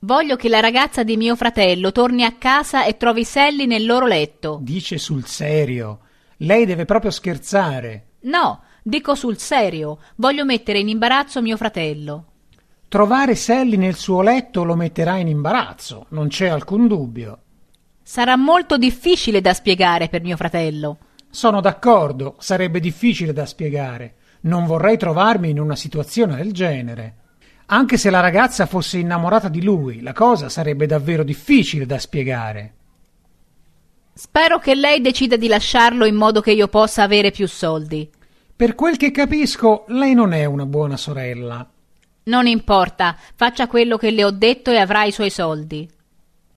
Voglio che la ragazza di mio fratello torni a casa e trovi Sally nel loro letto. Dice sul serio. Lei deve proprio scherzare. No, dico sul serio, voglio mettere in imbarazzo mio fratello. Trovare Sally nel suo letto lo metterà in imbarazzo, non c'è alcun dubbio. Sarà molto difficile da spiegare per mio fratello. Sono d'accordo, sarebbe difficile da spiegare. Non vorrei trovarmi in una situazione del genere. Anche se la ragazza fosse innamorata di lui, la cosa sarebbe davvero difficile da spiegare. Spero che lei decida di lasciarlo in modo che io possa avere più soldi. Per quel che capisco, lei non è una buona sorella. Non importa, faccia quello che le ho detto e avrà i suoi soldi.